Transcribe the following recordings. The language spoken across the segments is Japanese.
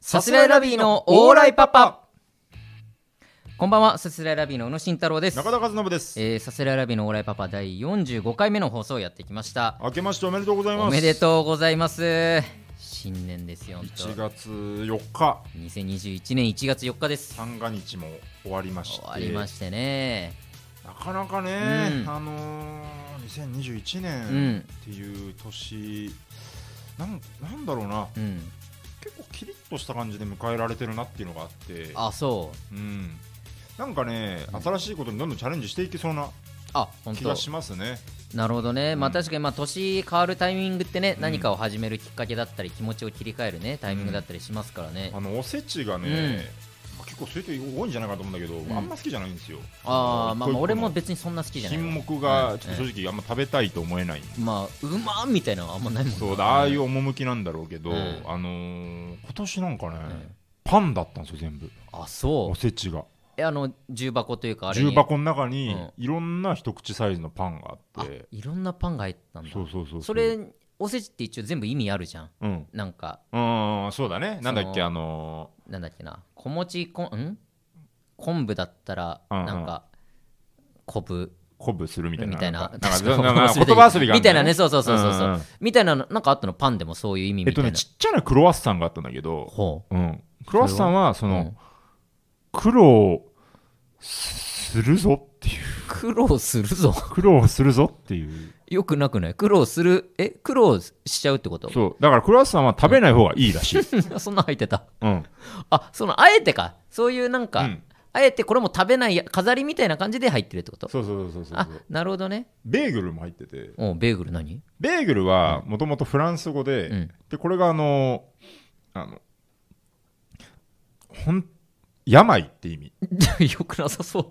さすらいラビーのオーライパパこんばんは、さすらいラビーの宇野慎太郎です。中田和信です、えー、さすらいラビーのオーライパパ第45回目の放送をやってきました。明けましておめでとうございますおめでとうございます。新年ですよ、本1当。月4日2021年1月4日です。三が日も終わりまして終わりましてね。なかなかね、うんあのー、2021う年ん。っていう年、なんなんだろうなうん。結構キリッとした感じで迎えられてるなっていうのがあってあ、そう。うんなんかね、うん新しいことにどんどんチャレンジしていけそうなあ、本気当が。しますねなるほどね。まあうん確かに、まあ年変わるタイミングってね、うん何かを始めるきっかけだったり、気持ちを切り替えるね、タイミングだったりしますからねあ。のおせちがね、まあ結構そういう人多いんじゃないかと思うんだけど、んあんま好きじゃないんですよああ、まあまあ俺も別別にそんな好きじゃないわ。品目がちょっとうん正直あんま食べたいと思えない、まあ、うまーみたいなのはあんまないもんなそうだああいう趣なんだろうけど、うんあのー今年なんかね、んパンだったんですよ全部あそおうせちがえあの重箱というかあれに重箱の中にうんいろんな一口サイズのパンがあっあて、いろんなパンが入ったんだそうそうそううそれおせちって一応全部意味あるじゃんうんなんかうんそうだねなんだっそけのあのなんだっけな小餅こんん昆布だったらうんうんなんか昆布ー鼓舞するみたいなみたいななんか 確なかんかなんか忘れて言葉遊びがあるみんだよねたいなねそうそうそうそうそうんうんうみたいなのなんかあったのパンでもそういう意味えっみたといねなちっちゃなクロワッサンがあったんだけど、ほうん、クロワッサンはそうの、うん苦労するぞっていう苦労するぞ苦労するぞっていうよくなくない苦労するえ苦労しちゃうってことそうだからクロワッサンは食べない方がいいらしい、 そんな入ってたうんあそのあえてかそういうなんか、うんあえてこれも食べないや飾りみたいな感じで入ってるってことそうそうそうそうそうあなるほどねベーグルも入ってておうベーグル何 ベーグルはもともとフランス語で、うんでこれがあのあのほん病って意味よくなさそう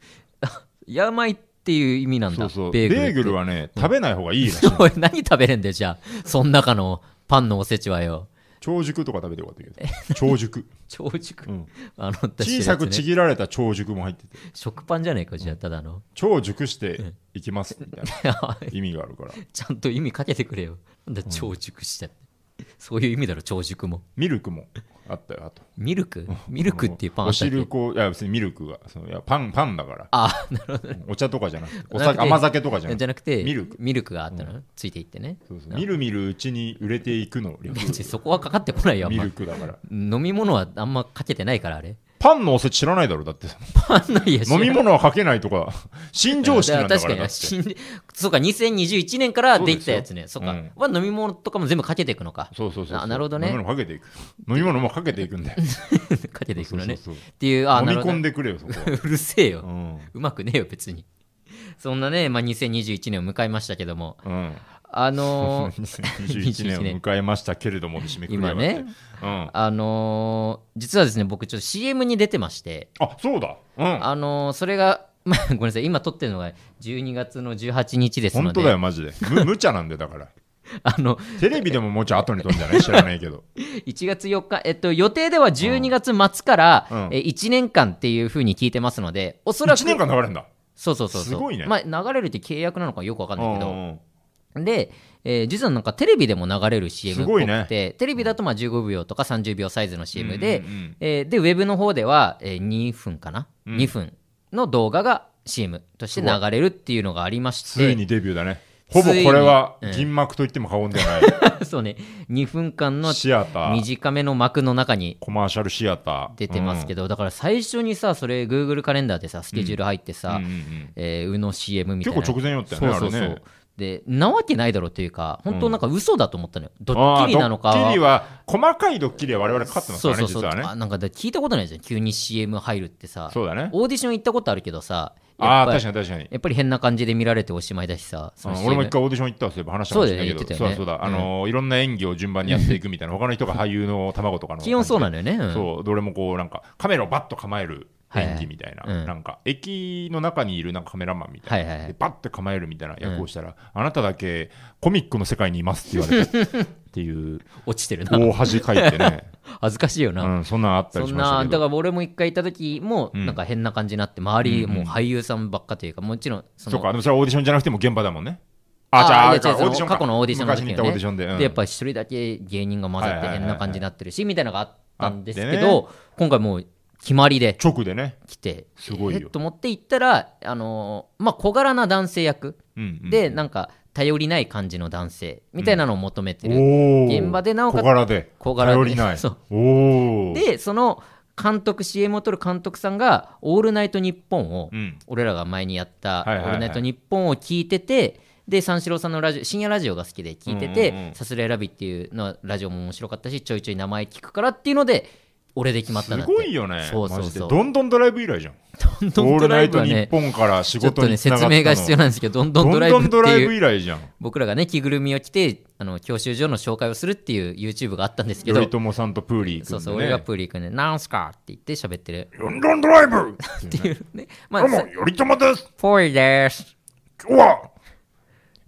あ病っていう意味なんだそうそうベーグルははね食べない方がいいらしい、 おい何食べれんだよじゃあそん中のパンのおせちはよ長熟とか食べてよか ったけど長熟、長熟、うんあの小さくちぎぎられた長熟も入ってて食パンじゃねえかじゃあただの 超熟していきますみたいな意味があるからちゃんと意味かけてくれよなんだ長熟したって、そういう意味だろ長熟もミルクもあったよあとミルクミルクっていうパンあおったっけ汁粉いや別にミルクがそのいやパンパンだ からあお茶とかじゃなくておなく酒て甘酒とかじゃなじくてゃなくてミルクがあったの、ついていってねそうそうみるみるうちに売れていくの略別にそこはかかってこないよあんミまルクだから飲み物はあんまかけてないからあれ パンのおせち知らないだろだってあんないや飲み知ら物はかけないとか 新常識なんだから確かだっに新てそうか2021年からできたやつねそそううですよか、うんは飲み物とかも全部かけていくのか そうそうそうそうあなるほどね飲み物かけていく飲み物もかけていくんだよ かけていくのねそうそうそうっていうあ飲なみるほど込んねでくれよそこは うるせえよ、ううんまくねえよ別にそんなね、まあ、2021年を迎えましたけども うんあの ー2021年を迎えましたけれどもで締めくくりやがって今ねうんあのー実はですね僕ちょっと CM に出てましてあそうだう んあのーそれが、 まあ、ごめんなさい、今撮ってるのが12月の18日ですの本で、当だよマジでむ無茶なんでだから あのテレビでももうちょい後に撮るんじゃない知らないけ ど1月4日、えっと、予定では12月末から、うんうんえ1年間っていうふうに聞いてますので、おそらく、 1年間流れるんだそうそうそうそう、すごいねまあ、流れるって契約なのかよくわかんないけうど、んうんで、えー実はなんかテレビでも流れる CM すっぽごくいて、ねテレビだとまあ15秒とか30秒サイズの CM で、うんうんうんえーで、ウェブの方では、え2分かな、うん2分の動画が CM として流れるっていうのがありまして、ついにデビューだねほぼこれはついにうん銀幕と言っても過言では そうね、2分間なのいシアター短めの幕の中にコマーシャルシアター出てますけどど、だから最初にさ、それ、Google カレンダーでさ、スケジュール入ってさ、えー、宇野 CM みた結いな。構直前よったよねあそうれそうそうねで、なわけないだろうというか、本当なんか嘘だと思ったのよ。ドあッーキリなのか。ドッキリは細かいドッキリは我々かかってますそかうらそねうそ実う。はあねなんかだ聞いたことないじゃん、急に CM 入るってさ。そうだねオーディション行ったことあるけどさ、あやあっぱ確りかに確かにやっぱり変な感じで見られておしまいだしさ、そうんの CM 俺も一回オーディション行ったわそういえば話したかもしれないけどそうだよねそう言っだてたよねそうだあのーいろんな演技を順番にやっていくみたいな他の人が俳優の卵とかの基本そうなのよね。うんそう、どれもこう、なんか、カメラをバッと構える演技みたいな、はいはいうんなんか、駅の中にいるなんかカメラマンみたいな、はいはいでバッて構えるみたいな役をしたら、あなただけコミックの世界にいますって言わ れてっていう、落ちてるな。大恥かい てね、恥ずかしいよな。うん、そんなんあったりそしんまなしたけだかど。ら俺も一回行った時もうんなんか変な感じになって周りうんうんもう俳優さんばっかというかもちろんそのそうか、でもそれはオーディションじゃなくても現場だもんね。ああ、じゃあ、いあやれか違うそのオーディションか過去のオーディションの時昔よねに行ったオーディションで。うんでやっぱ一人だけ芸人が混ざって変な感じになってるしみたいなのがあっったんですけあっど、今回もう決まりで直でね、来てすごいよえっと思って行ったら、あのーまあ、小柄な男性役うんうん、で、なんか頼りない感じの男性みたいなのを求めてる、おー現場でなおかつ小柄で小柄で頼りないそうおおでその監督 CM を撮る監督さんが「オールナイトニッポン」をうん、俺らが前にやった「オはいはいはいールナイトニッポン」を聞いててで三四郎さんのラジオ深夜ラジオが好きで聞いててうんうんうんさすら選び」っていうのはラジオも面白かったしちょいちょい名前聞くからっていうので俺で決まったすなってごいよねそうそうマジでそうどんどんドライブ以来じゃんどんどんオードルナライイブトは日ね本から仕ちょっ事とにねつながっ説たの明が必要なんですけどどんどどんドんライブどっんてドライブいう以来じゃん僕らがね着ぐるみを着てあの教習所の紹介をするっていう YouTube があったんですけど頼朝さんとプーリーそう君でそう俺がプーリー君で「なんすか?」って言って喋ってるね、どんどんドライブっていう ねまどあうもさ頼朝ですぽいです今日は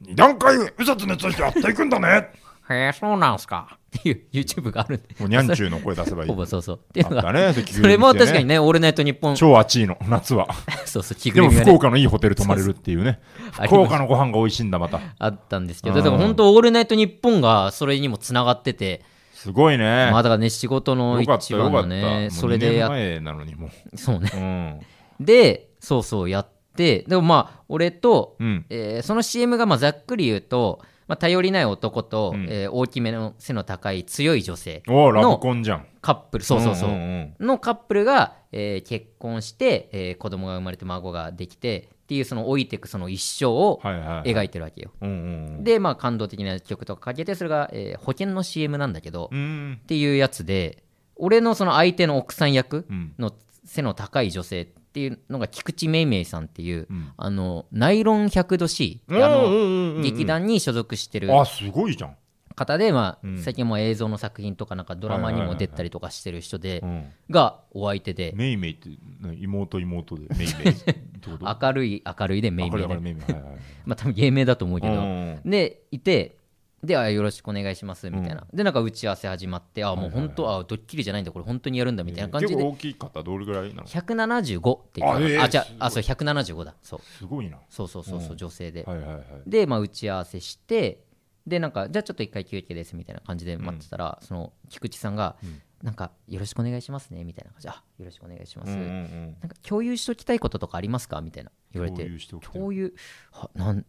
二段階右折についてやっていくんだねへえそうなんすかっていう YouTube があるんでもうにゃんちゅうの声出せばいいほぼそうそうっていうのあっがたね それも確かにねね「オールナイトニッポン」超暑いの夏は そうそう着ぐでるもみが福ね岡のいいホテル泊まれるっていうねそう福岡のご飯が美味しいんだまたあったんですけうどんでも本当「オールナイトニッポン」がそれにもつながっててすごいねまあだからね仕事のよかっ一たよ番かっのたねそそれれででやや前なのにもそうねううんでそうそうやってでもまあ俺と、うんえーその CM がまあざっくり言うと、まあ、頼りない男と、うんえー大きめの背の高い強い女性おーラブのコンじゃんカップルそうそうそう,、んんんのカップルが、えー結婚して、えー子供が生まれて孫ができてっていうその老いていくその一生をはいはい描いてるわけよ、うんうんでまあ感動的な曲とかかけてそれが、えー保険の CM なんだけど、うんうんっていうやつで俺のその相手の奥さん役うんの背の高い女性っていうのが菊池めいめいさんっていう、うんあのナイロン 100°C うんあのうんうん劇団に所属してるあすごいじゃん方で、まあうん最近も映像の作品とかなんかドラマにも出たりとかしてる人で、うんがお相手でメイメイって何妹妹でメイ メイってこと明るい明るいでめい明めるいい明るいでメイメイはいはいはいまあ多分芸名だと思うけうど、んうんでいてであよろしくお願いしますみたいな、でなんか打ち合わせ始まってあもう本当、あドッキリじゃないんだこれ本当にやるんだみたいな感じ結構で大きかったどれぐらいなの175って言ってたあええあじゃすごいああそう175だそうすごいなはそうそうそうそう、女性で、いはいはいで、まあ、打ち合わせしてでなんかじゃあちょっと一回休憩ですみたいな感じで待ってたら、その菊池さんが、なんかよろしくお願いしますねみたいな感じであよろしくお願いします、うんうんうなんんか共有しときたいこととかありますかみたいな言われて共有しておきたい共有はなん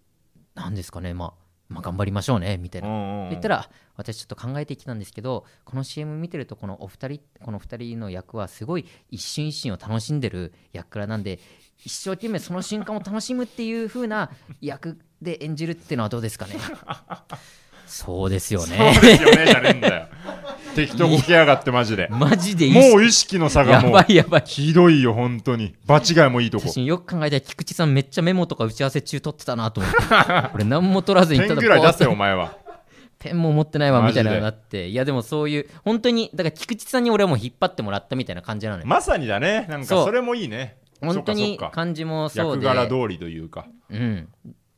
なんですかね、まあ、まあ頑張りましょうねみたいなうんうん言ったら私ちょっと考えてきたんですけどこの CM 見てるとこのお二人この二人の役はすごい一瞬一瞬を楽しんでる役柄なんで一生懸命その瞬間を楽しむっていう風な役で演じるっていうのはどうですか ねそうですよねそうですよねじゃねえんだ よ適当こきやがってマジでマジでいいもう意識の差がやもうばいやばいひどいよ本当に場違いもいいとこ私よく考えたら菊池さんめっちゃメモとか打ち合わせ中取ってたなと 思って俺何も取らずにペたンだぐらいこうや出ってせよお前はペンも持ってないわマみジたでいなのがあっていやでもそういう本当にだから菊池さんに俺はもう引っ張ってもらったみたいな感じなのよまさにだねなんそかうそれもいいね本当そっにかそっか感じもそう役で柄通りというかうん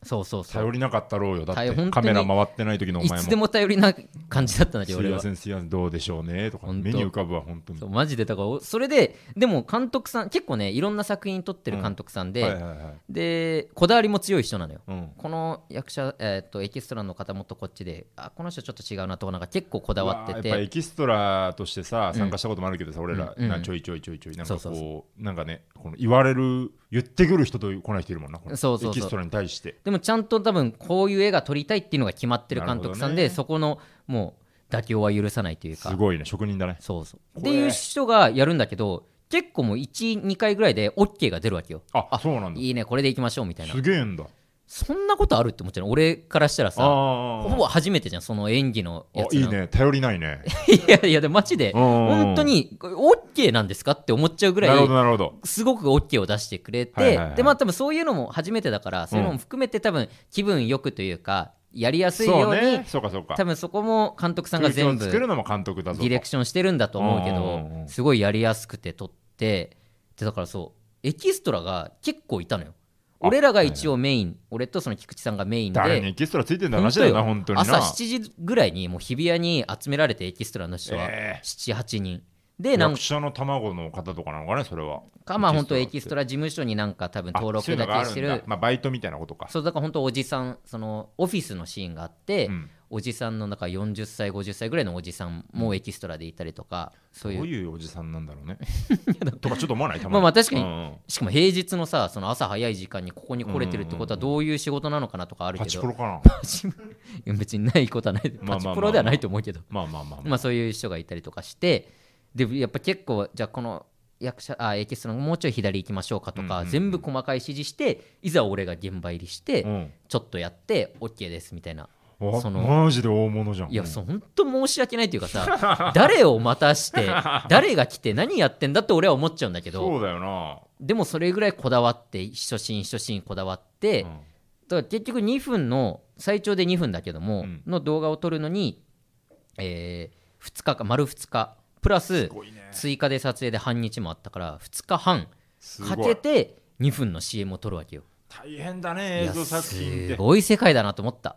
そうそうそ頼うりなかったろうよだっ頼て本当にカメラ回ってない時のおい前つでもも頼りな感じだったんだすけいど俺まはせんすいませんどうでしょうねとか本当目に浮かぶわ本当にそうマジでだからおそれででも監督さん結構ねいろんな作品撮ってる監督さんで、はいはいはいでこだわりも強い人なのようんこの役者、えー、とエキストラの方もっとこっちであこの人ちょっと違うなとかなんか結構こだわっうてわーやっぱエてキストラとしてさ参加したこともあるけどさ、俺ら、うんうんなちょいちょいちょいちょいなんかこうそうそうなんかねこの言われる言ってくる人と来ない人いるもんなこのそうそうそうエキストラに対してでもちゃんと多分こういう絵が撮りたいっていうのが決まってる監督さんで、なるほどねそこのもう妥協は許さないというかすごいね職人だねそうそう。っこてれいう人がやるんだけど、結構もう1、2回ぐらいで OK が出るわけよ。あそうなんだいいね、これでいきましょうみたいなす。げえんだそんなことあるって思っちゃうの俺からしたらさ、あほーぼ初めてじゃん、その演技のやあついの。いね頼りないね いやいや、でもマジで、うんうんうん本当にこれ OK なんですかって思っちゃうぐらなるほどい、なるほどすごく OK を出してくれはいてはいは、いで、まあ多分そういうのも初めてだから、そういうのも含めて多分気分よくというか、やりやすいよそううにね、そうかそうか多分そこも監督さんが空気を全部作るのも監督だぞディレクションしてるんだと思うけうんうんうんうどんすごいやりやすくて撮ってでだからそうエキストラが結構いたのよあ俺らが一応メイン、俺とその菊池さんがメインで誰にエキストラついてんだ本話当だよよな本当にな朝7時ぐらいにもう日比谷に集められてエキストラの人はえ78人でえなん役者の卵の方とかなのかねそれはかまあ本当エキストララ事務所になんか多分登あそうい録うのだがあけるしてんだるまあバイトみたいなことかそうだから本当おじさんそのオフィスのシーンがあって、うんおじさんのだから40歳50歳ぐらいのおじさんもエキストラでいたりとかそういうどういうおじさんなんだ ろうねとかちょっと思わないたまにまあまあ確かにうんうんしかも平日のさその朝早い時間にここに来れてるってことはどういう仕事なのかなとかあるけパチプどロかな いや別にないことはないまあまあまあパチプロではないと思うけどまあまあまあまあそういう人がいたりとかしてでやっぱ結構じゃあこの役者あエキストラのもうちょい左行きましょうかとか、うんうんうん全部細かい指示していざ俺が現場入りして、うんちょっとやって OK ですみたいなあそのマジで大物じゃんいやうんそう本当申し訳ないというか さ誰を待たして誰が来て何やってんだって俺は思っちゃうんだけどそうだよなでもそれぐらいこだわって一シーン一シーンこだわって、うんだから結局2分の最長で2分だけども、うんの動画を撮るのに、え2日か丸2日プラスすごいね追加で撮影で半日もあったから2日半すかごけいて2分の CM を撮るわけよ大変だいね映や像作品っすてごい世界だなと思った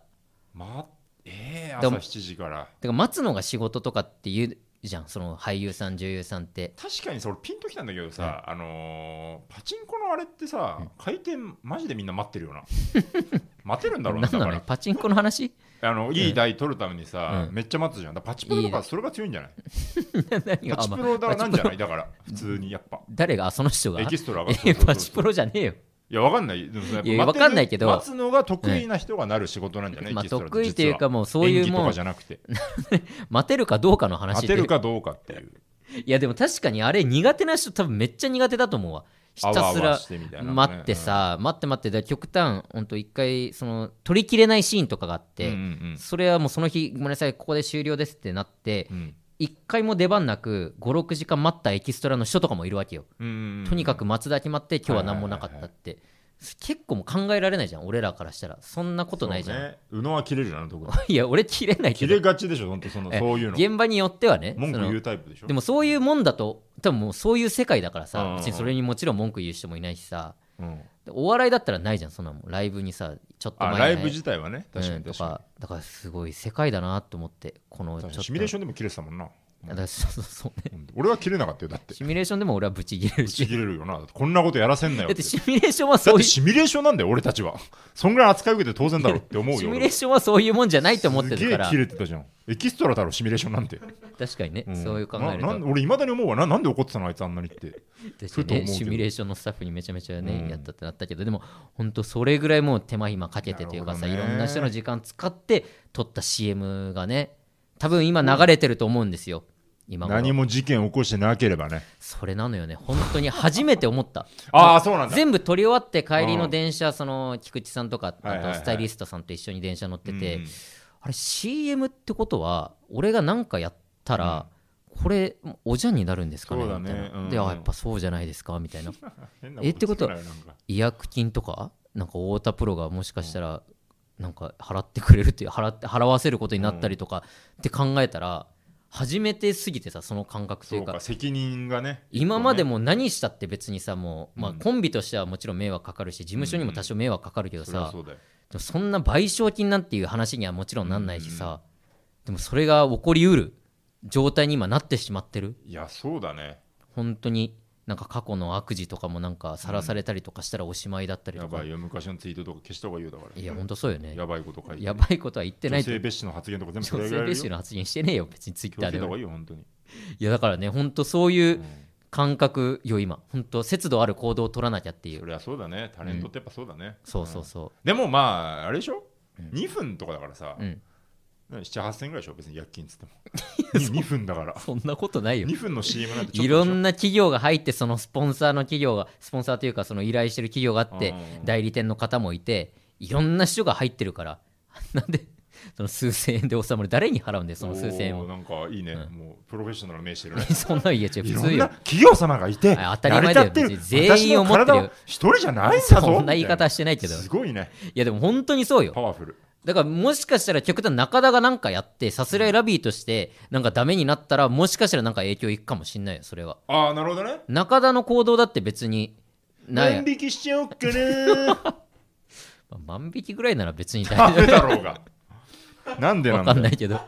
まええで朝も7時からてか待つのが仕事とかっていうじゃんその俳優さん女優さんって確かにそれピンときたんだけどさ、あのーパチンコのあれってさ、回転マジでみんな待ってるよな 待てるんだろうな何だなかのらパチンコの話 あのいい台取るためにさ、うんめっちゃ待つじゃんだからパチプロとかそれが強いんじゃない何がパあチまプロだなんじゃパチプロないだから普通にやっぱ誰があその人がエキストラ がいやパチプロロじゃねえよいやわかんないでもさやっぱいやわかんないけど待つのが得意な人がなる仕事なんじゃない、まあエキストラって得意という実かはもうそういう演技ともかんじゃなくて待てるかどうかの話当っててるかどうかっていういやでも確かにあれ苦手な人多分めっちゃ苦手だと思うわひあわたあすわらしてみたいなね待って、さ、待って待ってだから極端本当一回その取りきれないシーンとかがあっうんて、うんうんそれはもうその日ごめんなさいここで終了ですってなってうん一回も出番なく56時間待ったエキストラの人とかもいるわけよ、うんうんとにかく松田決まって今日は何もなかったって、結構もう考えられないじゃん俺らからしたらそんなことないじゃん、そうね宇野は切れるじゃんと こいや俺切れないけ切どれがちでしょ、本当そのえそういうの。現場によってはね文句その言うタイプでしょ。でもそういうもんだと多分もうそういう世界だからうんうんさうん別にそれにもちろん文句言う人もいないしさうんでお笑いだったらないじゃんそんなもんライブにさちょっと前あにねライブ自体はね、確かうんにと確かかだからすごい世界だなと思ってこのに。ちょっ確かとにシミュレーションでも切れてたもんな。だからそうそうそうねうん俺は切れなかったよ、だって。シミュレーションでも俺はブチギレる打ちし切れるよな。だってこんなことやらせんなよだっ。っててだシミュレーションはそっういてうシシミュレーションなんだよ、俺たちは。そんぐらい扱い受けて当然だろうって思うよ。ミュレー ションはそういうもんじゃないと思ってするげかえら切れてたじゃん。エキストラだろ、シミュレーションなんて。確かにねんそういう考えるとななん俺、いまだに思うわな。なんで怒ってたの、あいつあんなにって。確ふとかに思うねけどシミュレーションのスタッフにめちゃめちゃうねんやったってなったけどでも本当それぐらいもう手間暇かけてというかさなるいほどろねんな人の時間使って撮った CM がね多分今流れてると思うんですよ今頃何も事件起こしてなければね。それなのよね本当に初めて思った ああ、そうなんだ。全部撮り終わって帰りの電車その菊池さんとかはいあはいはといスタイリストさんと一緒に電車乗っててうんあれ CM ってことは俺が何かやったら、これおじゃんになるんですかねそうだみねたいな、うんであやっぱそうじゃないですかみたいな変なえってこと言ってたよなんか違約金とかなんか太田プロがもしかしたらなんか払ってくれるっていう払って払わせることになったりとかって考えたら初めてすぎてさその感覚といそううかか、責任がね。今までも何したって別にさもうまあうんコンビとしてはもちろん迷惑かかるし事務所にも多少迷惑かかるけどそりゃさそうだよ。でもそんな賠償金なんていう話にはもちろんなんないしさでもそれが起こりうる状態に今なってしまってるいや、そうだね。本当になんか過去の悪事とかもなんかさらされたりとかしたらおしまいだったりやとかばいよ、昔のツイートとか消した方がいいよだから。いや本当そうよねやばいこと書いて。やばいことは言ってな女いと性蔑視の発言とか全部そ女れぐ性らい蔑視の。の発言してねえよ別にツイッ気をターつけでた方がはいいよ、本当に。いやだからね本当そういううん感覚よ今本当節度ある行動を取らなきゃっていそうりゃそうだね。タレントってやっぱそうだね。そうそうそでもまあ、あれでしょ ?2 分とかだからさう、うん7、8000円ぐらいでしょ別に薬金っつっても。2分だから。 そんなことないよ2分の CM なんてちょっとでしょいろんな企業が入ってそのスポンサーの企業がスポンサーというかその依頼してる企業があってうん代理店の方もいていろんな人が入ってるからなんで その数千円で収まる誰に払うんだよその数千円おーを。なんかいいね。もうプロフェッショナルの名してるね そんなの言えちゃうい普ろ通んなよ企業様がいて、あ当たり前だよ成り立ってる別に全員思ってるよ私の体は一人じゃないんだぞそんな言い方はしてないけどすごいね。いやでも本当にそうよパワフル。だからもしかしたら極端中田がなんかやってさすらいラビーとしてなんかダメになったらもしかしたらなんか影響いくかもしんないよそれはああ、なるほどね。中田の行動だって別にない万引きしちゃおっかまなあ万引きぐらいなら別に ダ大 丈メだろうが。なんで夫わなんだかんなよいけど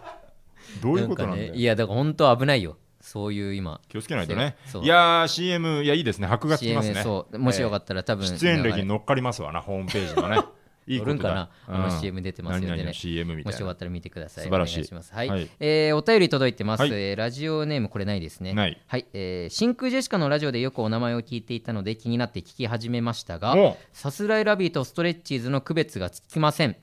どういうことなんだねよ。いやだから本当危ないよそういう今気をつけないとねそう。いやー、CM、いや、いいですね。箔がつきます CM ね。そうもしよかったら多分出演歴流 に乗っかりますわな、ホームページのね。いい乗こるんとかなだ、あうのん CM 出てますよ何々ねの CM みたもいしなよかったら見てください素晴らしいお願いしますはい、はいえーお便り届いてます、はいえーラジオネームこれないですねないはい、えー真空ジェシカのラジオでよくお名前を聞いていたので気になって聞き始めましたがおさすらいラビーとストレッチーズの区別がつきません、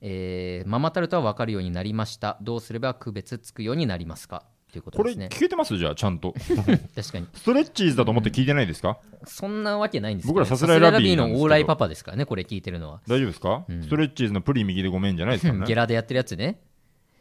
えーママタルトは分かるようになりましたどうすれば区別つくようになりますかということこれですね聞けてますじゃあちゃ んと確かにストレッチーズだと思って聞いてないですかそんなわけないんですけど僕らさすらいラビーさなすんですけどの往来パパですからねこれ聞いてるのは、大丈夫ですかうんストレッチーズのプリン右でごめんじゃないですから ゲねラでやってるやつね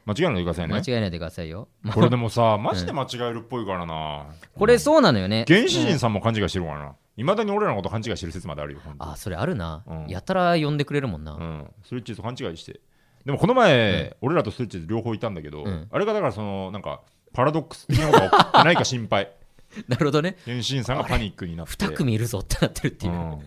間違えないでください間ね違えないでくださいよこれでも さマジで間違えるっぽいからなこれそうなのよね原始人さんも勘違いしてるからな。いまだに俺らのこと勘違いしてる説まであるよ。本当あそれあるな、うんやたら呼んでくれるもんな、うん。ストレッチーズと勘違いして。でもこの前、俺らとストレッチーズ両方いたんだけど、うんあれがだからその、なんか、パラドックス的なことが起きてないか心配。なるほどね原始人さんがパニックになって。 2組いるぞってなってるっていう、うん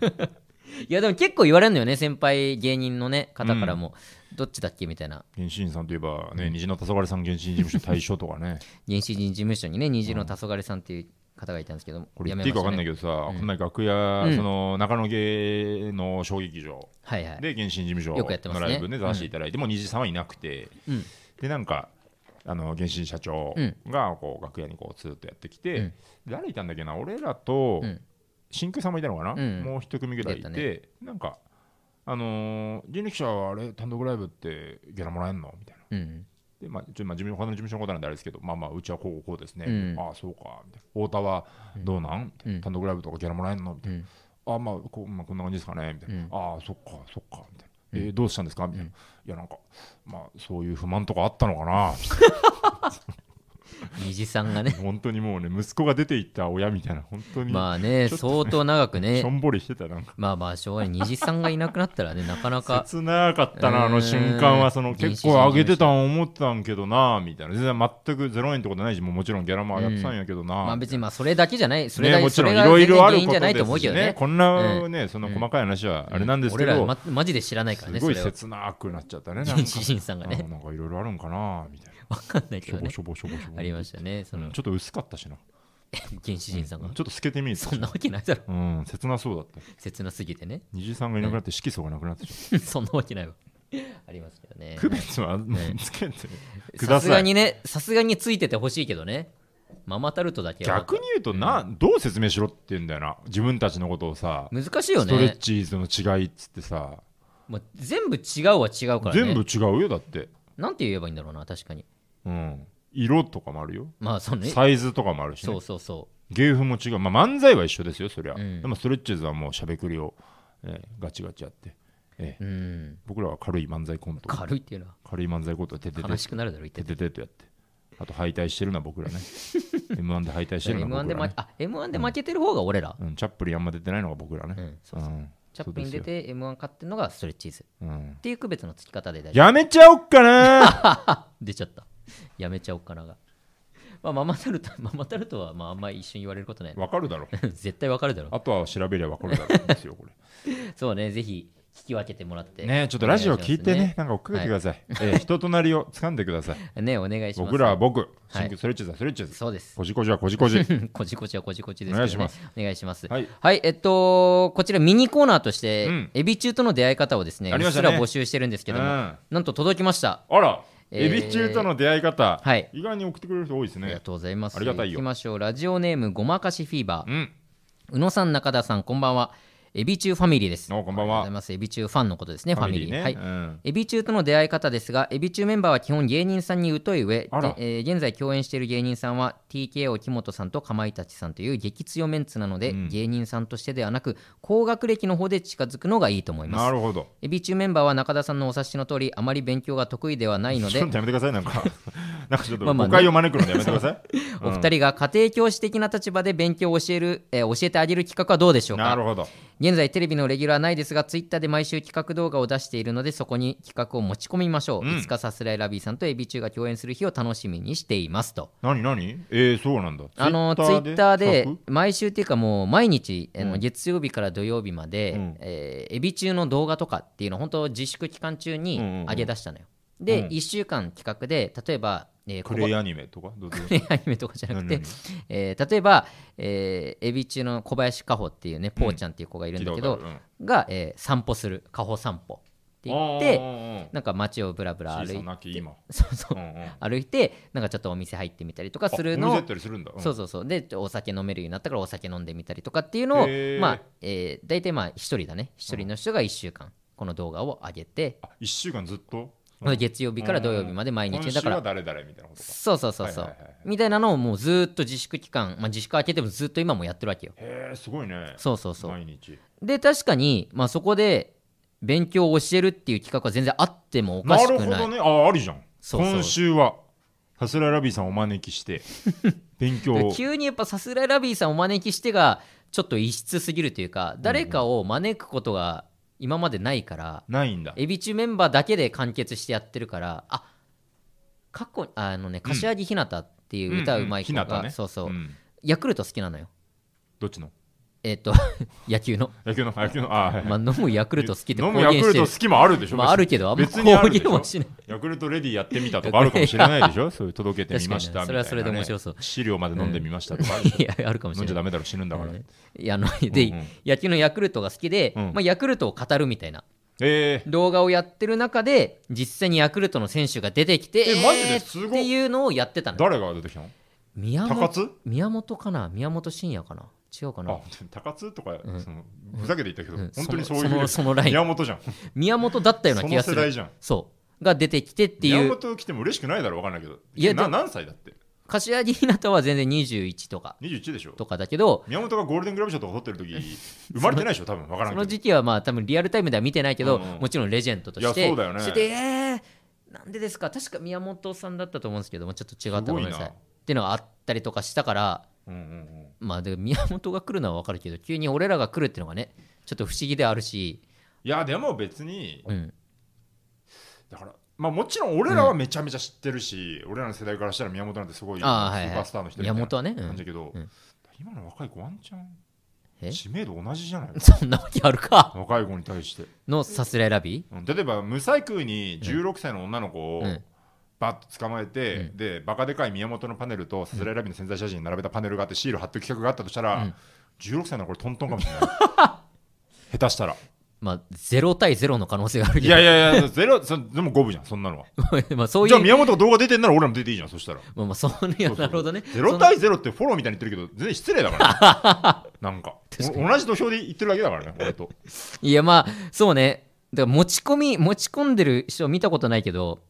いやでも結構言われるのよね先輩芸人のね方からも、どっちだっけみたいな原始人さんといえば、ね、虹の黄昏さん原始人事務所大賞とかね、原始人事務所にね虹の黄昏さんっていう方がいたんですけどこれ言っていいか分かんないけけどさ、んこの前楽屋、うんその中野芸能小劇場どはいはいで原神事務所よくやってますのねライブで出していただいて、もう二次さんはいなくて、うんでなんかあの原神社長がこう楽屋にこうツーッとやってきて、うん誰いたんだっけな俺らとうん真空さんもいたのかな、うんもう一組ぐらいいて、出なんかあのー人力車はあれ単独ライブってギャラもらえんのみたいな。うんでまあ、ちょっとまあ自分他の事務所のことなんであれですけど、まあまあ、うちはこうこうですね、うんああ、そうか、みたいな、太田はどうなん、みたいなうん単独ライブとかギャラもらえんのみたういな、んああ、まあこう、まあ、こんな感じですかね、みたいな、うんああ、そっか、そっか、みたいな、えーどうしたんですかみたいな、いや、なんか、まあ、そういう不満とかあったのかな、 虹さんがね本当にもうね、息子が出ていった親みたいな、本当に、まあねちょっと相当長く しょねんぼりしてた、なんか、まあまあしょうがない虹さんがいなくなったらねなかな か切なかったな、あの瞬間は、そうのん結構上げてたん思ったんけどな、みたいな、全然全く0円ってことないし、もうもちろんギャラも上がってたんやけどな、まあ別にまあそれだけじゃないそれだね、け、もちそろんれいがろいろある全然原因こじとゃないとで思うけすしどねね。こんなね、その細かい話はあれなんですけ俺らど、まマジで知らないからねすごいそれを切なくなっちゃったね。なんか原始人さんがねうんなんかいろいろあるんかなみたいな。分かんないけしょどぼねしょぼしょぼしょぼ。ありましたねそうんのちょっと薄かったしな。原始人さんがちょっと透けて見えてたそんなわけないだろうん、切なそうだった。切なすぎてね虹さんがいなくなって色素がなくなってしまそんなわけないわありますけどねう。区別はもうつけてくさだすさがい。にねさすがについててほしいけどねママタルトだけは逆に言うとな、どう説明しろって言うんだよな。自分たちのことをさ、難しいよストレねッチーズの違いっつってさ、もう全部違うは違うからね全部違うよ、だって。なんて言えばいいんだろうな確かにうん。色とかもあるよ。まあそのねサイズとかもあるし、ね、そうそうそ芸風も違う、まあ、漫才は一緒ですよそりゃ、うんでもストレッチーズはもうしゃべくりを、ええガチガチやって、えうえうん僕らは軽い漫才コント軽いっていうのは軽い漫才コントはててて悲しくなるだろ言ってててててとやってあと敗退してるのは 僕らね m 1で敗退してる M1 のはで僕負ら、ねけあ M1 で負けてる方が俺らうん、チャップリンあんま出てないのが僕らね、ううんんそうそうチャップリン出て M1 勝ってるのがストレッチーズっそうですようんていう区別のつき方で大丈夫やめちゃおっかな出ちゃったやめちゃおっかながまあママタルト ママタルトはまああんまり一緒に言われることない なわかるだろ絶対わかるだろあとは調べりゃわかるだろうですよ こそうね、ぜひ聞き分けてもらって。れねえちょっとラジオ聞いてねおなんか追っかけてください、ええ人となりを掴んでください 願いしますね。ね、お願いします。僕らは僕、はい真空ストレッチーズはストレッチーズそうです。 こじこじはこじこじ。こじこじはこじこじですけど、ね。お願いします。お願いします。はい。えっと、こちらミニコーナーとして、うんエビ中との出会い方をですね、ありうっましすたねら募集してるんですけども、うんなんと届きました。あら、えーエビ中との出会い方、はい意外に送ってくれる人多いですありねが。とうございます。ありがたいよ行きましょう。ラジオネーム、ごまかしフィーバーう。ん。宇野さん、中田さん、こんばんは。エビ中ファミリーです。おこんばんありがとうございは。ます。エビ中ファンのことですね、ファミリー。ね。はい。うんエビ中との出会い方ですがエビ中メンバーは基本芸人さんに疎い上、あらえー現在共演している芸人さんは TKO 木本さんとかまいたちさんという激強メンツなので、うん芸人さんとしてではなく高学歴の方で近づくのがいいと思いまなするほど。エビ中メンバーは中田さんのお察しの通りあまり勉強が得意では ないのちでょっとやめてください、な んか。なんかちょっとまあまあ誤ね解を招くのでやめてく ださい。お二人が家庭教師的な立場で勉強を教える、えー教えてあげる企画はどうでしょうかなるほど。現在テレビのレギュラーないですがツイッターで毎週企画動画を出しているのでそこに企画を持ち込みましょう、うんいつかさすらいラビーさんとエビ中が共演する日を楽しみにしていますと何何えー、そうなんだ。あのツイッターで企毎週っていうかもう毎日、あのうん月曜日から土曜日まで、うんえーエビ中の動画とかっていうのを本当自粛期間中うんうんうにん上げ出したのよ、で、うん1週間企画で例えば、えー画ここクレイアニメとかどうぞプレイ アニメとかじゃなくて何々、えー例えば、えーエビ中の小林果歩っていうねぽーちゃんっていう子がいるんだけど、聞いたことあるが、えー散歩する、カホ散歩っっていっててなんか街をぶらぶら歩小いさなき今 そうそううん うん歩いてなんかちょっとお店入ってみたりとかするあおの店をやったりするんだ、んそうそうそうでちょお酒飲めるようになったからお酒飲んでみたりとかっていうのを、へーまあえー、大体まあ一人だね一人の人が1週間この動画を上げて、あ一週間ずっ と月曜日から土曜日まで毎日今だか週はら誰々みたいなことかそうそうそうそう、はいはいはいはいみたいなのをもうずーっと自粛期間、まあ、自粛明けてもずっと今もやってるわけよへえすごいねそうそうそう毎日で確かに、まあ、そこで勉強を教えるっていう企画は全然あってもおかしくるなほいどねあありじゃんそうそう今週はさすらいラビーさんをお招きして 勉強を急にやっぱさすらいラビーさんをお招きしてがちょっと異質すぎるというか誰かを招くことが今までないから、ないんだエビ中メンバーだけで完結してやってるからあ過去あのね柏木ひなたっていう歌うまい子が、うんうん日向ねそうそう、んヤクルト好きなのよどっちのえっ、と 野球の、野球のあ野球のあ、はいはいまあ、飲むヤクルト好きって飲公むヤ言しクルてトる好きもあるでしょまああるけどあんま別にあ公るで言しょもしないヤクルトレディやってみたとかあるかもしれないで しょそういう届けてみました確みたかにねいな、ね、それはそれで面白そう資料まで飲んでみましたとかあるでしょ いやあるかもし飲れんじゃないダメだろ死ぬんだから、うんいやあので、うんうん野球のヤクルトが好きで、うんまあ、ヤクルトを語るみたいなえー、動画をやってる中で実際にヤクルトの選手が出てきてえマジですごいっていうのをやってたの誰が出てきたの宮高本津宮本かな宮本慎也かな違うかなあ、高津とか、んそのふざけて言ったけど、うん本当にそそのういうそのそのライン宮本じゃん。宮本だったような気がすその世代るじゃん。そうが出てきてってい宮う本来ても嬉しくないだろう、わかんないけど。いやなで何歳だって。柏木ひなたは全然21とか21でしょ。とかだけど宮本がゴールデングラブ賞とか取ってる時、生まれてないでしょ、多分わからそんけのど。時期はまあ多分リアルタイムでは見てないけど、うんうんもちろんレジェンドとしていやそうだよねしててえーなんでですか確か宮本さんだったと思うんですけどもちょっと違ったらごめんなさいすごいっなていうのがあったりとかしたからうんうんうんまあで宮本が来るのは分かるけど急に俺らが来るっていうのがねちょっと不思議であるし、いや、でも別に、うん、だから、まあもちろん俺らはめちゃめちゃ知ってるし、俺らの世代からしたら宮本なんてすごいスあーはいはいーパースターの人みた宮いな本はね、う感じだん、けどうん、今の若い子、ワンチャえン、知名度同じじゃないそんなわけあるか若い子に対して。のさすらいラビうん例えば無細工に16歳の女の子をうんバッと捕まえて、うんでバカでかい宮本のパネルとさすらいラビの潜在写真に並べたパネルがあってシール貼ってる企画があったとしたら、うん16歳のこれトントンかもし れない下手したらまあ0対0の可能性があるいけどやいやいやゼロそでも五分じゃんそんなのは まあそういじゃあう宮本が動画出てんなら俺らも出ていいじゃんそしたらまあまあそういやそうそうなるほどね0対0ってフォローみたいに言ってるけど全然失礼だ からね、なんかお同じ土俵で言ってるだけだからね俺といやまあそうねだから持ち込み持ち込んでる人見たことないけど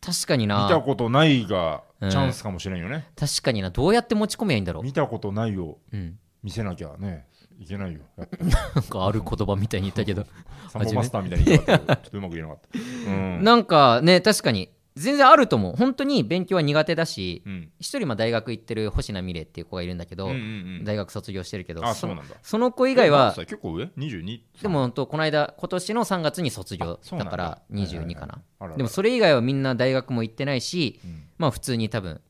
確かに見たなことないがチうんャンスかもしれんよね、確かになどうやって持ち込めばいいんだろ見たことないをう、うん、 見せなきゃねいけないよやっぱなんかある言葉みたいに言ったけどサンボマスターみたいに言い方だったけどちょっとうまく言えなかった。うん。なんかね確かに全然あると思う本当に勉強は苦手だしうん。一人まあ大学行ってる星名美玲っていう子がいるんだけど、うんうん大学卒業してるけどあそそうのなんだ。その子以外はえ結構上 ?22? でも本当この間今年の3月に卒業あそうだなんかだら22かな、あららでもそれ以外はみんな大学も行ってないし、うんまあ普通に多分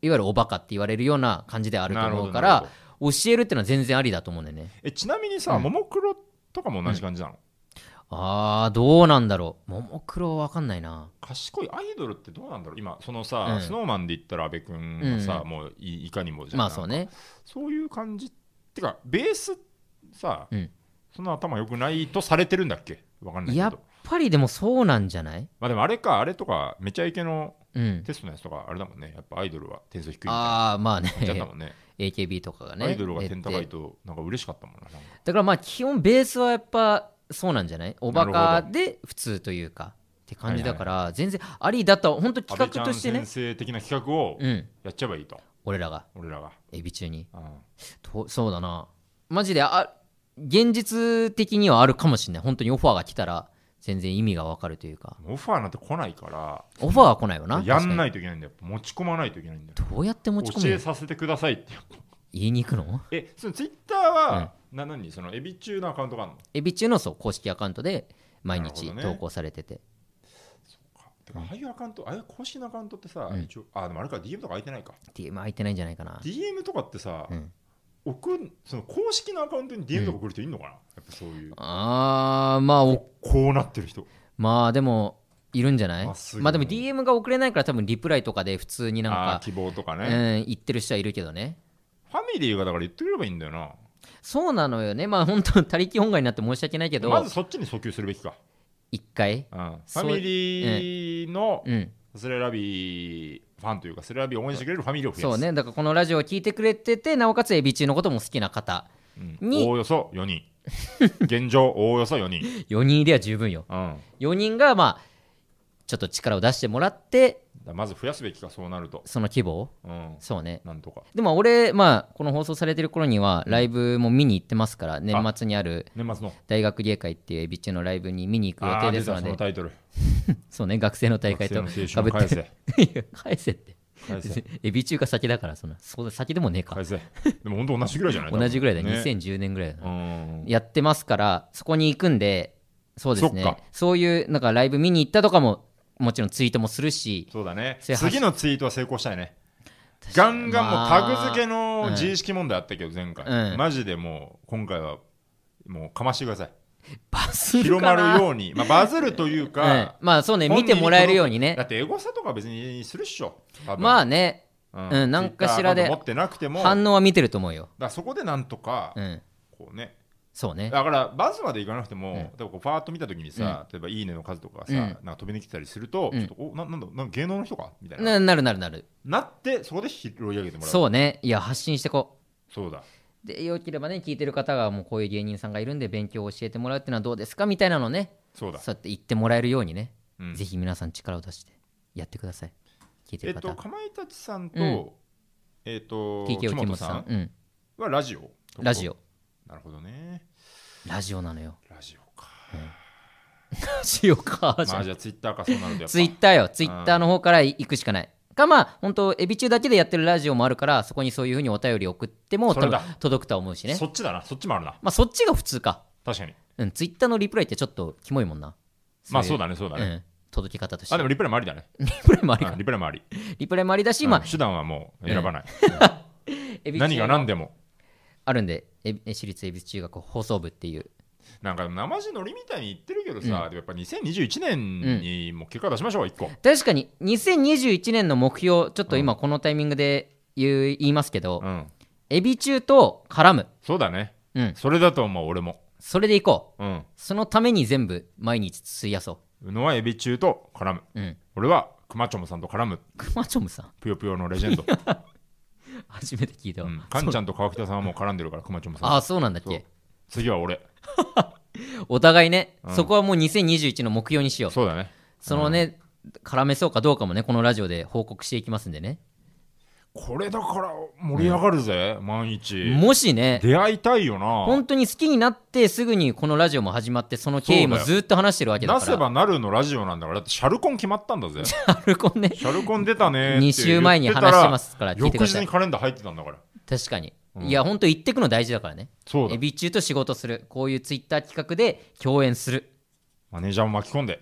いわゆるおバカって言われるような感じではあるとなるほ思どうかなるら教えるってのは全然ありだと思うんだよねえちなみにさ、ももクロとかも同じ感じなの、あーどうなんだろうももクロわかんないな賢いアイドルってどうなんだろう今、そのさ、うんスノーマンで言ったら阿部君がさ、うもういいかにもじゃんまあそう。ねそういう感じ。ってか、ベースさ、うんそんな頭良くないとされてるんだっけわかんないけやっど。ぱりでもそうなんじゃないまあでもあれか、あれとか、めちゃイケのうんテストのやつとか、あれだもんね。やっぱアイドルは点数低いみたいな。ああまあねやっちゃったもんね。 AKB とかがねアイドルが出て点高いとなんか嬉しかったもんななんかだからまあ基本ベースはやっぱそうなんじゃないおバなカるほで普通というかって感じだから全然ありだと本当企画として安倍ちゃんね先生的な企画をうんやっちゃえばいいと、俺らが俺らが、エビ中にうんとそうだなマジであ現実的にはあるかもしれない本当にオファーが来たら全然意味がわかるというかオファーなんて来ないかオファーは来ないよらなやんないいといけないんだよ持ち込まないといけないんだよどうやって持ち込教むえのさせてくださいって言いに行くのえそのツイッターは、な何そのエビ中のアカウントがあるのエビ中のそう公式アカウントで毎日なるほど投ね稿されてて、てかああいうアカウントああいう公式のアカウントってさ、うん一応あでもあれか DM とか開いてないか DM 空いてないんじゃないかな DM とかってさ、うん送んその公式のアカウントに DM とか送る人いるのかな、やっぱそういうあーまあおこうなってる人まあでもいるんじゃないあすごいまあでも DM が送れないから多分リプライとかで普通になんあかー、希望とかうね、ん、言ってる人はいるけどねファミリーがだから言ってくればいいんだよなそうなのよねまあ本当他力本願になって申し訳ないけど、まずそっちに訴求するべきか。一回うんフそうァミリーのうんスレラビーファンというか、スレラビーを応援してくれるファミリーを増やす。そうねだからこのラジオを聞いてくれててなおかつエビ中のことも好きな方うんにおおよそ4人。 現状、おおよそ4人。 4人いれば十分ようん4人がまあちょっと力を出してもらってだからまず増やすべきか、そうなると。その規模をうん、そうねなんとか。でも俺まあこの放送されてる頃にはライブも見に行ってますから年末にある年末の。大学芸会っていうエビ中のライブに見に行く予あ定あ、で出すのた、そでのタイトル。そうね学生の大会と学生の青春かをぶ返って せ。いや返せって返 せ。エビ中が先だからそんなそう先でもねえか返せ。でも本当同じぐらいじゃない同じぐらいだ、ね2010年ぐらいだなうん。やってますからそこに行くんでそうですそっねかそういうなんかライブ見に行ったとかももちろんツイートもするしそうだね。それは次のツイートは成功したいね。ガンガンもうタグ付けのまあ自意識問題あったけど、前回、うんマジでもう、今回は、もうかましてください。バズる広かまなるように、まあ、バズるといううんか、まあそうね見ても らえるようにねだってエゴサとか別にするっしょ。多分まあねううんなんかしらで Twitter アカウント持ってなくても、だか反応は見てると思うよらそこでなんとか、うんこうね。そうねだからバズまでいかなくても、うん例えばこうパーッと見たときにさ、例えばいいねの数とかさ、うんなんか飛び抜けてたりすると、うんちょっとおななんだなんか芸能の人かみたいな、ななるなるなるなってそこで拾い上げてもらう。そうねいや発信してこそうだ。うでよければね聞いてる方がもうこういう芸人さんがいるんで勉強を教えてもらうっていうのはどうですかみたいなのをねそうだ。そうやって言ってもらえるようにねうんぜひ皆さん力を出してやってください。聞いてえっる方。と、かまいたちさんと、うんえっと、 TKO 木木本本ささん、うん、んはラジオ。ラジオ。オ。なるほどね。ラジオなのよ。ラジオか。ラジオか。まあじゃあツイッターかそうなるとやっぱツイッターよ。ツイッターの方から行くしかない。かまあ、本当エビ中だけでやってるラジオもあるから、そこにそういうふうにお便り送ってもそれ多だ分届くとは思うしね。そっちだな、そっちもあるな。まあ、そっちが普通か。確かに。うん、ツイッターのリプライってちょっとキモいもんな。まあそうだだね、そうだうね。ん。届け方としあ、でて。もリプレイもありだね。リプライもありうかん。リプレイもあり。リプライもありだし、うまんあ、手段はもう選ばない。エビ何が中何でも。あるんで、え私立恵比寿中学放送部っていう。なんか生地ノリみたいに言ってるけどさ、でもやっぱ2021年にもう結果出しましょう、一個。確かに2021年の目標ちょっと今このタイミングで言う言いますけど、うん。エビ中と絡む、そうだね。うん、それだと思う、俺も。それでいこううん。そのために全部毎日費やそうのはエビ中と絡む。う、うん、俺はクマチョムさんと絡む。クマチョムさん ぷよぷよのレジェンド。初めて聞いたわ、うん。カンちゃんと川北さんはもう絡んでるから、クマチョムさん。ああそうなんだっけ次は俺。お互いね、うんそこはもう2021の目標にしようそそうだね。のね、絡めそうかどうかもねこのラジオで報告していきますんでね、これだから盛り上がるぜ、万一。もしね出会いたいよな。本当に好きになってすぐにこのラジオも始まってその経緯もそうだずっと話してるわけだからなせばなるのラジオなんだから、だってシャルコン決まったんだ ぜ。シアルコンね ャルコン出たねって言2ってたら。週前に話してますから聞いてく翌だ日さにいカレンダー入ってたんだから。確かに、うんいや本当言ってくの大事だからねそうだエ。ビ中と仕事するこういうツイッター企画で共演する、マネージャーも巻き込んで。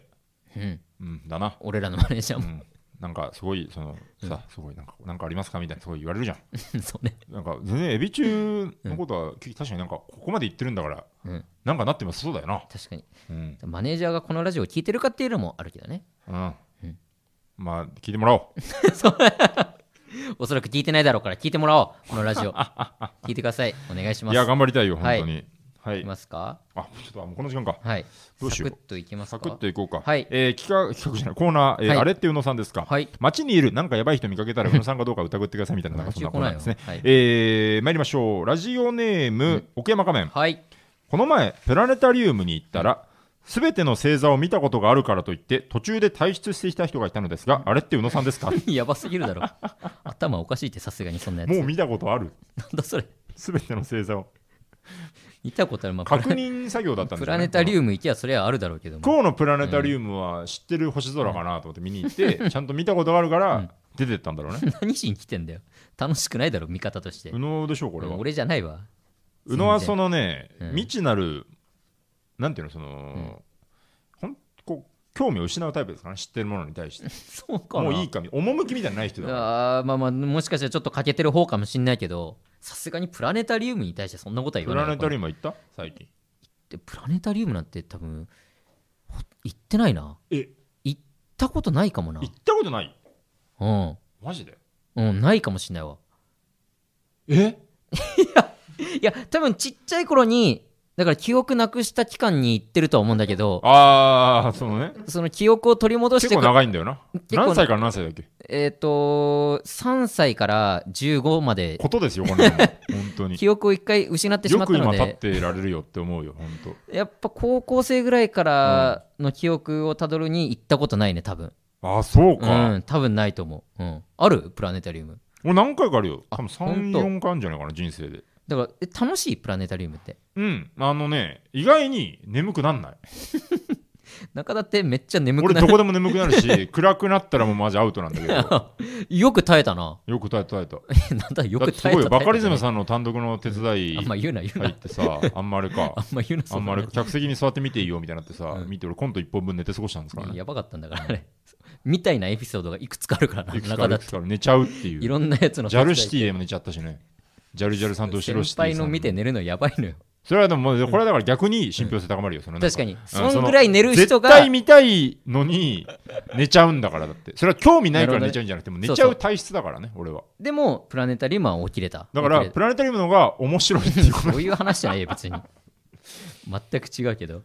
うん、うん、だな。俺らのマネージャーうも、ん。なんかすごい、その、さ、すごい、なんか、なんかありますかみたいな、すごい言われるじゃん。そう ねなんか、全然エビ中のことは、確かになんか、ここまで言ってるんだから、うんなんかなってもそうだよな。確かにうん。マネージャーがこのラジオを聞いてるかっていうのもあるけどねうんうん。まあ、聞いてもらおう。そうおそらく聞いてないだろうから聞いてもらおうこのラジ オ聞いてくださいお願いしまいすや、頑張りたいよ、はい本当に。はいい。ますかあ、ちょっと、あもうこの時間か。はいどうしようサクッといきますかサクッといこうか。はいえー企画、企画じゃない、コーナー、えーはいあれって宇野さんですか。はい街にいる、なんかやばい人見かけたら、宇野さんかどうか疑ってくださいみ たいな、なんかそんなコーナーですね来週来。ないよえー参りましょう。ラジオネーム、奥山仮面。はいこの前、プラネタリウムに行ったら、すべての星座を見たことがあるからといって、途中で退出してきた人がいたのですが、あれって宇野さんで すかやばすぎるだろ頭おかしいってさすがにそんなやつもう見たことある、なんだそれすべての星座を。見たことある、まあ、確プラ認作業だったんですプよラねネタリウム行きゃそれはあるだろうけども今日のプラネタリウムは知ってる星空かなと思って見に行って、ちゃんと見たことがあるから出てったんだろうね。何しに来てんだよ楽しくないだろ味方として宇野でしょう、これは。俺じゃないわ宇野はそのね、然うん未知なる、なんていうの、その、ほんこう興味を失うタイプですかね、知ってるものに対して。そうかなもういいかみ、趣みたいなのない人だから。あーまあまあもしかしたらちょっと欠けてる方かもしんないけどさすがにプラネタリウムに対してそんなことは言プわないラネタリウウムは行った最近。ムプラネタリウムなんて多分ほ行ってないなえ、行ったことないかもな行ったことないうんマジでうんないかもしんないわえいや多分ちっちゃい頃にだから記憶なくした期間に行ってるとは思うんだけどああそのねその記憶を取り戻し結て構く長いんだよな結構何歳から何歳だっけえっ、と3歳から15までことですよこれも本 当に記憶を一回失ってしまよったくの今立っでてられるよって思うよ本当やっぱ高校生ぐらいからの記憶をたどるに行ったことないね多分ああそううか、ん多分ないと思う、うん、あるプラネタリウム俺何回かあるよあ多分本当34回あるんじゃないかな人生でだからえ楽しいプラネタリウムってうんあのね意外に眠くなんない中田ってめっちゃ眠く俺などるこでも眠くなるし 暗くなったらもうマジアウトなんだけど よく耐えたな よく耐えた耐えたなんだよだっくてす耐えごいたバカリズムんさんの単独の手伝いあんま入言うな言うな、ってさあんまあれか あんま言うなそあんまり話客席に座って見ていいよみたいになってさ、うん見て俺コント1本分寝て過ごしたんですからね。やばかったんだからね みたいなエピソードがいくつかあるからないくつか中あ田っるいくてつかある寝ちゃうってい。いうろんなやつのジャルシティでも寝ちゃったしね。ジャルジャルさんと後ろシ先ティさん輩の見て寝るのやばいのよそれはでももうこれはだから逆に信憑性高まるよ。そのなん確かにうんそんぐらい寝る人が絶対見たいのに寝ちゃうんだからだって。それは興味ないからなるほどね寝ちゃうんじゃなくて、もう寝そうちそゃうう体質だからね、俺は。でもプラネタリウムは起きれただから起きプラネタリウムの方が面白いっていうこ れたとそういう話じゃないよ別に全く違うけど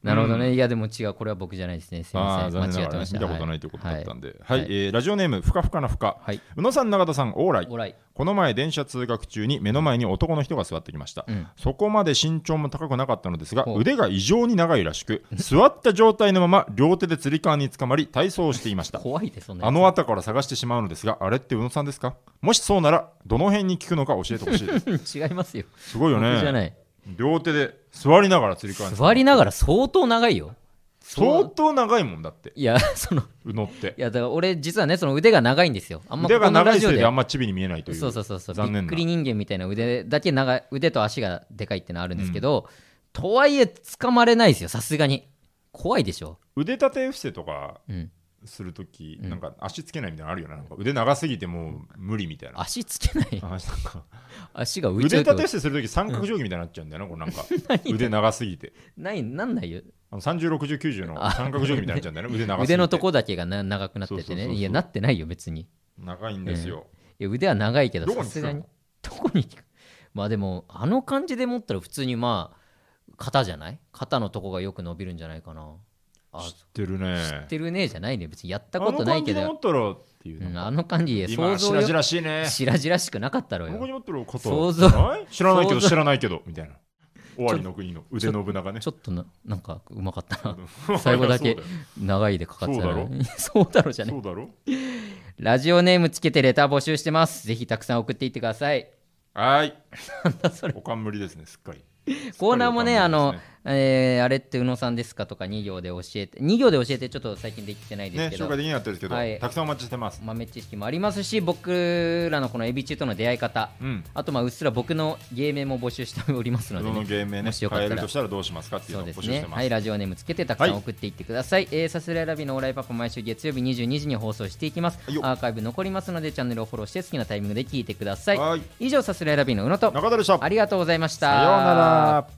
なるほどね、いやでも違うこれは僕じゃないですねすいあまあせん間残違念なっがてらまねし見たたことないということだったんで、はいはいえーラジオネーム、ふかふかなふか、はい、宇野さん、永田さん、オーライはい、、おらい、この前、電車通学中に目の前に男の人が座ってきました。うん、そこまで身長も高くなかったのですがほう腕が異常に長いらしく座った状態のまま両手でつり革につかまり体操をしていました怖いでそんなやあつの後から探してしまうのですがあれって宇野さんですかもしそうならどの辺に聞くのか教えてほしい です違いますよすごいよ僕じゃねない両手で座りながらつり革につかま座りながら相当長いよ相そう当長いもんだっていやその宇野っていやだから俺実はねその腕が長いんですよあんま腕が長いここのせいラジであオんまチビに見えないというそうそうそうそう残びっ念なくり人間みたいな腕だけ長い腕と足がでかいってのはあるんですけど、とはいえ掴まれないですよさすがに怖いでしょ、腕立て伏せとかうん、するとき、うんなんか足つけないみたいなのあるよななんか腕長すぎてもう無理みたいな足つけないあなん か足が浮いち腕ゃうけ立どて伏せするとき三角定規みたいになっちゃうんだよな、これなんか 腕長すぎてないなんないよあの306090のあ三角定規みたいになっちゃうんだよね腕長すぎ て腕のとこだけがな長くなっててねそうそうそうそういやなってないよ別に長いんですよ、いや腕は長いけどどさこにつすくのがにどこに効くまあでもあの感じで持ったら普通にまあ肩じゃない肩のとこがよく伸びるんじゃないかなあ知ってるね知ってるねじゃないね別にやったことないけどあの感じで持ったらっていううの、んあの感じで想今像しよらじらしいねしらじらしくなかったろうここよに持ってること想像ない知らないけど想像知らないけどみたいな終わりの国の腕信長 ねちょっとななんかうまかったなうん最後だけ そう長いでかかってたなそうだ そうだろじゃだねそうだろラジオネームつけてレター募集してますぜひたくさん送っていってくださいはーいおかんむりですねすっかりコーナーもねすっかありおのかんむりですね、えーあれって宇野さんですかとか2行で教えて2行で教えてちょっと最近できてないですねけど、紹介できなかったですけど、はいたくさんお待ちしてます豆知識もありますし僕らのこのエビ中との出会い方うんあとまあうっすら僕の芸名も募集しておりますのそで、のね、芸名ねもしよかったら変えるとしたらどうしますかっていそうのうをで募す集しねてまはすいラジオネームつけてたくさはんい送っていってください、えーさすらいラビのオーライパパ毎週月曜日22時に放送していきますはいよアーカイブ残りますのでチャンネルをフォローして好きなタイミングで聞いてくださいはい以上さすらいラビの宇野と中田でしたありがとうございましたさようなら